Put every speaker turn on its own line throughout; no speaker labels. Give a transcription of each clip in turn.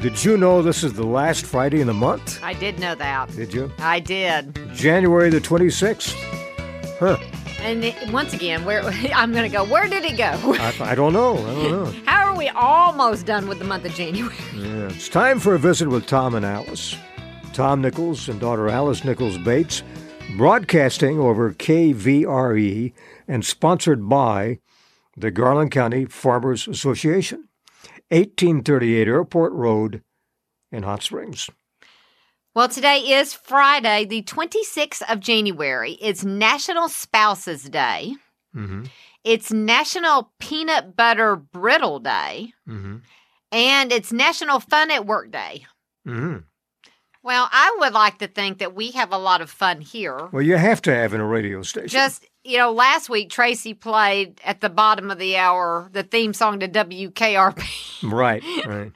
Did you know this is the last Friday in the month?
I did know that.
Did you?
I did.
January the 26th. Huh.
And it- once again, where I'm going to go, where did it go?
I, I don't know. I don't know.
How are we almost done with the month of January?
Yeah. It's time for a visit with Tom and Alice. Tom Nichols and daughter Alice Nichols Bates, broadcasting over KVRE E and sponsored by the Garland County Farmers Association, 1838 Airport Road in Hot Springs.
Well, today is Friday, the 26th of January. It's National Spouses Day.
Mm-hmm.
It's National Peanut Butter Brittle Day.
Mm-hmm.
And it's National Fun at Work Day.
Mm-hmm.
Well, I would like to think that we have a lot of fun here.
Well, you have to have in a radio station.
Just, you know, last week Tracy played at the bottom of the hour the theme song to WKRP.
right, right.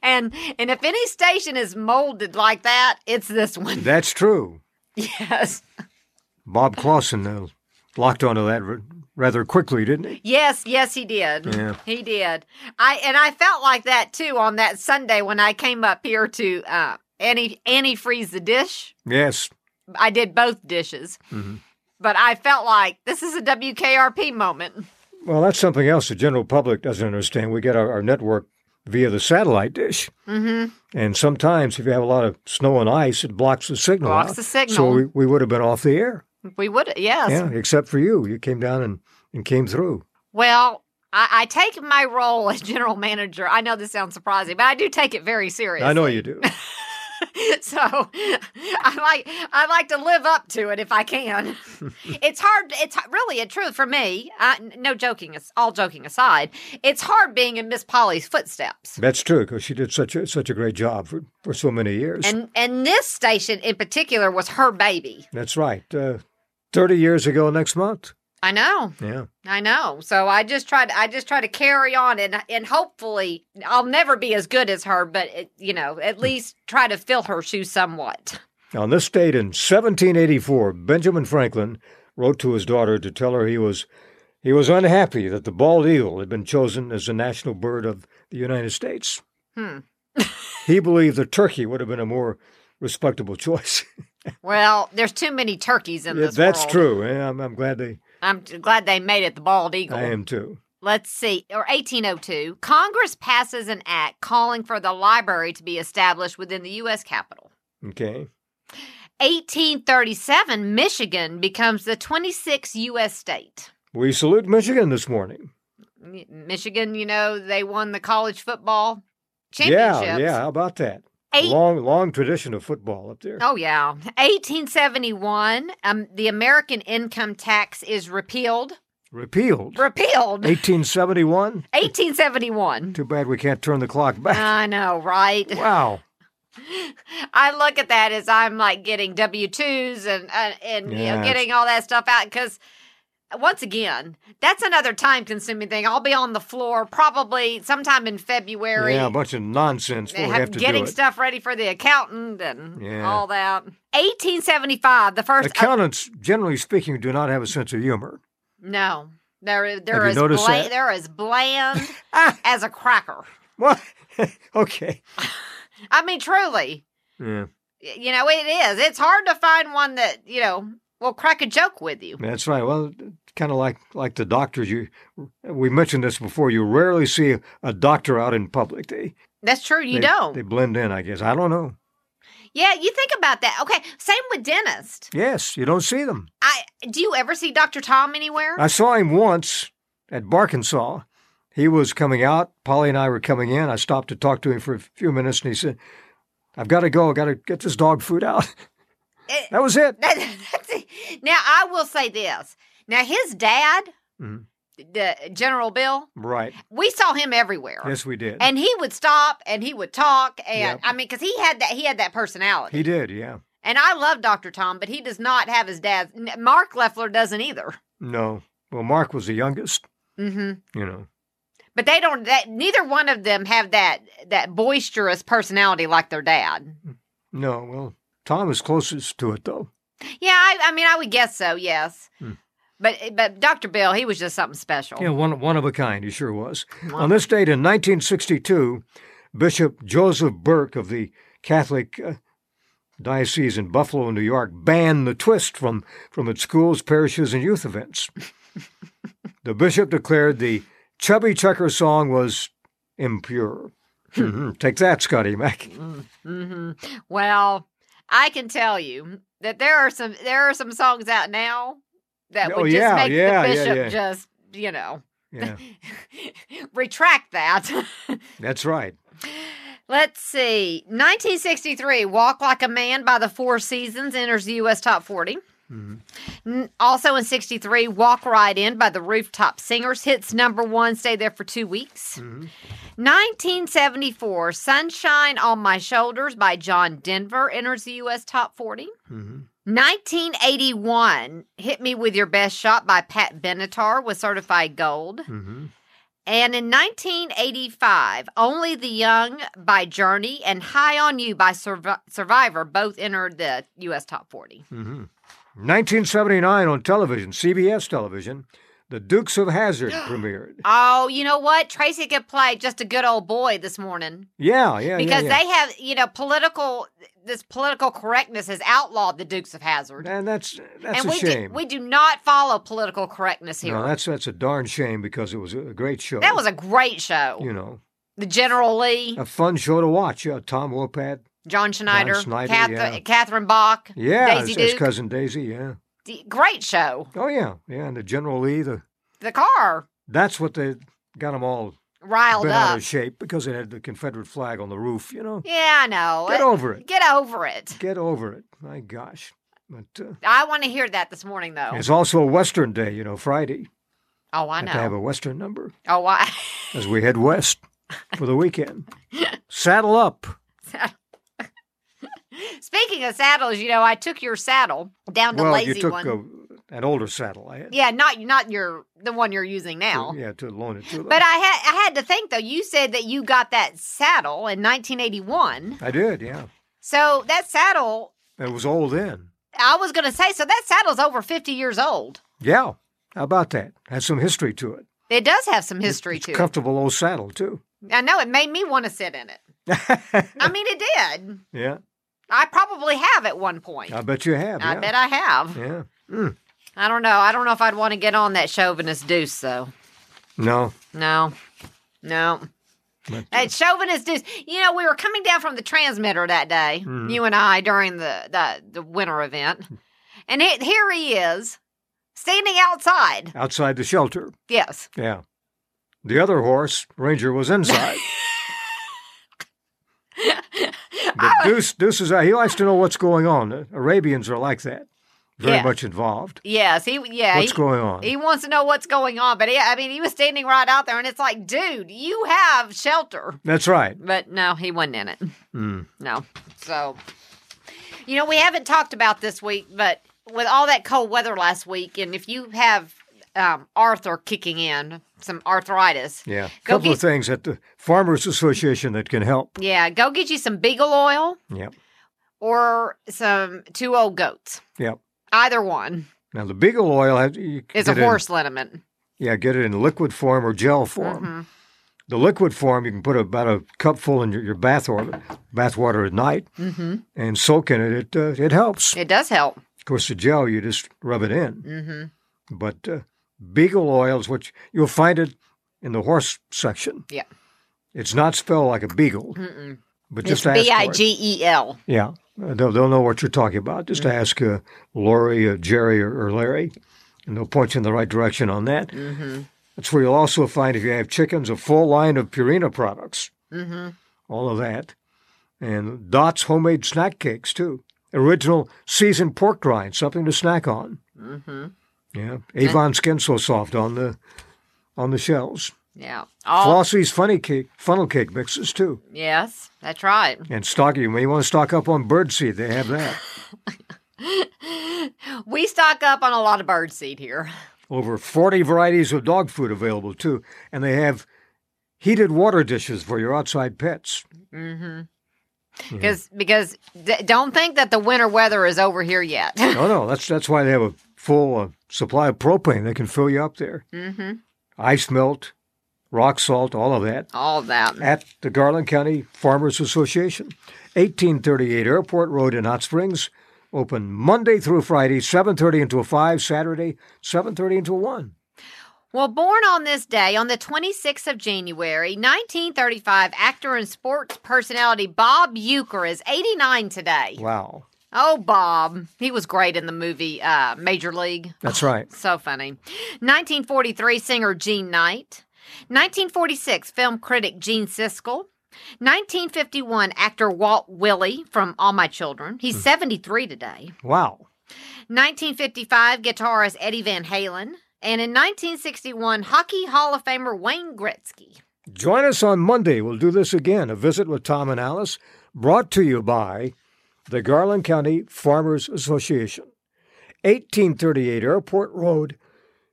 and and if any station is molded like that, it's this one.
That's true.
Yes.
Bob Clausen uh, locked onto that r- rather quickly, didn't he?
Yes, yes, he did.
Yeah.
He did. I and I felt like that too on that Sunday when I came up here to uh Annie Annie freeze the dish.
Yes.
I did both dishes.
Mhm.
But I felt like this is a WKRP moment.
Well, that's something else the general public doesn't understand. We get our, our network via the satellite dish.
Mm-hmm.
And sometimes, if you have a lot of snow and ice, it blocks the signal.
Blocks
out.
the signal.
Oh, So we, we would have been off the air.
We would yes.
Yeah, except for you. You came down and, and came through.
Well, I, I take my role as general manager. I know this sounds surprising, but I do take it very seriously.
I know you do.
so I like I like to live up to it if I can. it's hard. It's really a truth for me. I, no joking. as- All joking aside, it's hard being in Miss Polly's footsteps.
that's true, because she did such a, such a great job for, for so many years.
And and this station in particular was her baby.
that's right. Uh, 30 years ago next month.
I know.
Yeah.
I know. So I just try to I just try to carry on and and hopefully I'll never be as good as her, but it, you know,
Hmm.
at least try to fill her shoes somewhat.
On this date in 1784, Benjamin Franklin wrote to his daughter to tell her he was he was unhappy that the bald eagle had been chosen as the national bird of the United States.
Hmm.
he believed the turkey would have been a more respectable choice.
Well, there's too many turkeys in this
That's
world.
true, and I'm, I'm glad they.
I'm t- glad they made it the bald eagle.
I am too.
Let's see. Or 1802, Congress passes an act calling for the library to be established within the US Capitol.
Okay.
1837, Michigan becomes the 26th US state.
We salute Michigan this morning.
M- Michigan, you know, they won the college football championships.
Yeah, yeah. How about that?
Eight-
Long, long tradition of football up there.
Oh yeah, 1871. Um, the American income tax is repealed.
Repealed.
Repealed.
1871.
1871.
Too bad we can't turn the clock back.
I know, right?
wow.
I look at that as I'm like getting W twos and uh, and you know,
Yes.
getting all that stuff out because once again, that's another time consuming thing. I'll be on the floor probably sometime in February.
Yeah, a bunch of nonsense. We'll
have-
have to
getting
do it.
stuff ready for the accountant and
Yeah.
all that. 1875, the first
Accountants, generally speaking, do not have a sense of humor.
No, there,
Have
there
you
is
noticed
bla-
that?
there is bland
Ah,
as a cracker.
what? okay.
I mean, truly,
Yeah,
y- you know, it is. It's hard to find one that you know will crack a joke with you.
that's right. Well, kind of like like the doctors. You, we mentioned this before. You rarely see a doctor out in public. They
That's true. You
they,
don't.
They blend in, I guess. I don't know.
yeah, you think about that. Okay, same with dentist.
Yes, you don't see them.
I do you ever see Doctor Tom anywhere?
I saw him once at Barkinsaw. He was coming out. Polly and I were coming in. I stopped to talk to him for a few minutes, and he said, "I've got to go. I've got to get this dog food out."
It-
that was it.
Eh, That- that's- now I will say this. Now his dad,
Mhm.
the General Bill,
Right.
we saw him everywhere.
Yes, we did.
And he would stop and he would talk
Yep.
and I mean cuz he had that he had that personality.
He did, yeah.
and I love Dr. Tom, but he does not have his dad. Mark Leffler doesn't either.
No. Well, Mark was the youngest,
Mhm.
you know.
But they don't that neither one of them have that that boisterous personality like their dad.
No, well, Tom is closest to it, though.
Yeah, I, I mean, I would guess so. Yes,
Hmm.
but eh, but Dr. Bill, he Oh. was just something special. Mm-hmm.
Yeah, one, one of a kind, he sure was.
Wow.
On this date in 1962, Bishop Joseph Burke of the Catholic uh, Diocese in Buffalo, New York, banned the twist from, from its schools, parishes, and youth events. the bishop declared the Chubby Checker song was impure. Mhm. Take that, Scotty Mac.
hmm Well, I can tell you that there are some there are some songs out now that
Oh,
would just
yeah,
make
yeah,
the
yeah,
bishop
yeah.
just you know
Yeah,
retract that.
that's right.
Let's see. 1963, Walk Like a Man by the Four Seasons enters the U.S. Top 40.
Mhm.
N- Also in 63, Walk Right In by the Rooftop Singers hits number one, stay there for two weeks. 1974, Sunshine on My Shoulders by John Denver enters the U.S. Top 40.
hmm
1981, Hit Me With Your Best Shot by Pat Benatar was certified gold.
hmm
And in 1985, Only the Young by Journey and High on You by Survi- Survivor both entered the U.S. top 40.
hmm 1979 on television, CBS television, The Dukes of Hazard premiered.
Oh, you know what? Tracy could play just a good old boy this morning
Yeah, yeah,
because
yeah, yeah.
they have, you know, political, this political correctness has outlawed the Dukes of Hazard.
and that's that's
and
a
we,
shame.
Do, we do not follow political correctness here.
no, that's that's a darn shame because it was a great show.
that was a great show.
you know
The General Lee,
a fun show to watch. Yeah, Tom Wopat,
John Schneider,
Schneider,
Cath-
yeah.
Catherine Bach,
yeah,
Daisy
his, his
Duke.
cousin Daisy, yeah.
D- great show.
Oh yeah, yeah, and the General Lee. The
The car
that's what they got them all
riled
bent
up.
out of shape because it had the Confederate flag on the roof. You know,
Yeah, I know.
get
It-
over it.
Get over it.
Get over it. My gosh, but uh,
I want to hear that this morning, though.
it's also a Western day. You know, Friday.
Oh, I
Have to have
know.
a Western number
Oh, I.
as we head west for the weekend. Saddle up.
Speaking of saddles, you know, I took your saddle down to
well,
lazy
you took
one.
uh an older saddle. I had.
yeah, not not your the one you're using now.
Oh, Yeah, to loan it to them.
But I had I had to think though. You said that you got that saddle in 1981,
I did, yeah.
so that saddle.
It was old then.
I was going to say, so that saddle's over 50 years old.
Yeah. How about that? Has some history to it.
It does have some history
It's
to
a
it.
comfortable old saddle too.
I know it made me want to sit in it. I mean, it did.
yeah.
I probably have at one point.
I bet you have.
I
yeah.
bet I have.
Yeah. Mm.
I don't know. I don't know if I'd want to get on that chauvinist deuce, though.
No.
No, no.
But,
That chauvinist deuce. You know, we were coming down from the transmitter that day,
Mhm.
you and I, during the the, the winter event, and he, here he is, standing outside.
outside the shelter.
Yes,
Yeah. The other horse, Ranger, was inside. But Deuce, Deuce is out. He likes to know what's going on. The Arabians are like that, very
Yeah.
much involved.
yes. He, yeah.
what's
he,
going on?
he wants to know what's going on, but yeah, I mean, he was standing right out there, and it's like, dude, you have shelter.
That's right.
But no, he wasn't in it.
Mm.
No. So, you know, we haven't talked about this week, but with all that cold weather last week, and if you have um, Arthur kicking in, some arthritis,
Yeah.
Go
couple of
get-
things at the Farmers Association that can help.
yeah, go get you some Beagle oil
Yeah.
or some two old goats.
Yep.
Either one
Now the Beagle oil has, you
is
get
a
it in-
horse liniment.
yeah, get it in liquid form or gel form.
Mhm.
The liquid form you can put about a cupful in your, your bath water, bath water at night,
Mhm.
and soak in it. It uh, it helps.
It does help.
Of course, the gel you just rub it in.
hmm
But uh, Beagle oil is what you- you'll find it in the horse section.
Yeah.
It's not spelled like a beagle,
Mm-mm.
but
It's
just ask.
B I
for it.
G E L.
Yeah, Uh, they'll, they'll know what you're talking about. Just
Mm-hmm.
ask uh, Lori, uh, Jerry, or, or Larry, and they'll point you in the right direction on that.
Mm-hmm.
That's where you'll also find, if you have chickens, a full line of Purina products,
Mm-hmm.
all of that, and Dot's homemade snack cakes, too. Original seasoned pork rind, something to snack on.
Mm-hmm.
Yeah, Avon Skin So Soft on the on the shelves.
Yeah. All.
Flossie's funny cake, funnel cake mixes, too.
Yes, that's right.
And stock, you may want to stock up on birdseed. They have that.
we stock up on a lot of bird seed here.
Over 40 varieties of dog food available, too. And they have heated water dishes for your outside pets.
hmm Because because d- don't think that the winter weather is over here yet.
No, no, that's that's why they have a full uh, supply of propane. They can fill you up there.
hmm
Ice melt, rock salt, all of that,
all that.
at the Garland County Farmers Association, 1838 Airport Road in Hot Springs. Open Monday through Friday, 7:30 until 5, Saturday, 7:30 until 1.
Well, born on this day, on the 26th of January, 1935, actor and sports personality Bob Euchre is 89 today.
Wow.
Oh, Bob. He was great in the movie uh, Major League.
That's right.
So funny. 1943, singer Gene Knight. 1946, film critic Gene Siskel. 1951, actor Walt Willie from All My Children. He's 73 today.
Wow.
1955, guitarist Eddie Van Halen. And in 1961, Hockey Hall of Famer Wayne Gretzky.
Join us on Monday. We'll do this again. A visit with Tom and Alice, brought to you by the Garland County Farmers Association. 1838 Airport Road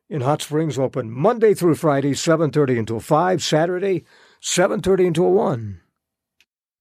in Hot Springs open Monday through Friday, 7:30 until 5, Saturday, 7:30 until 1.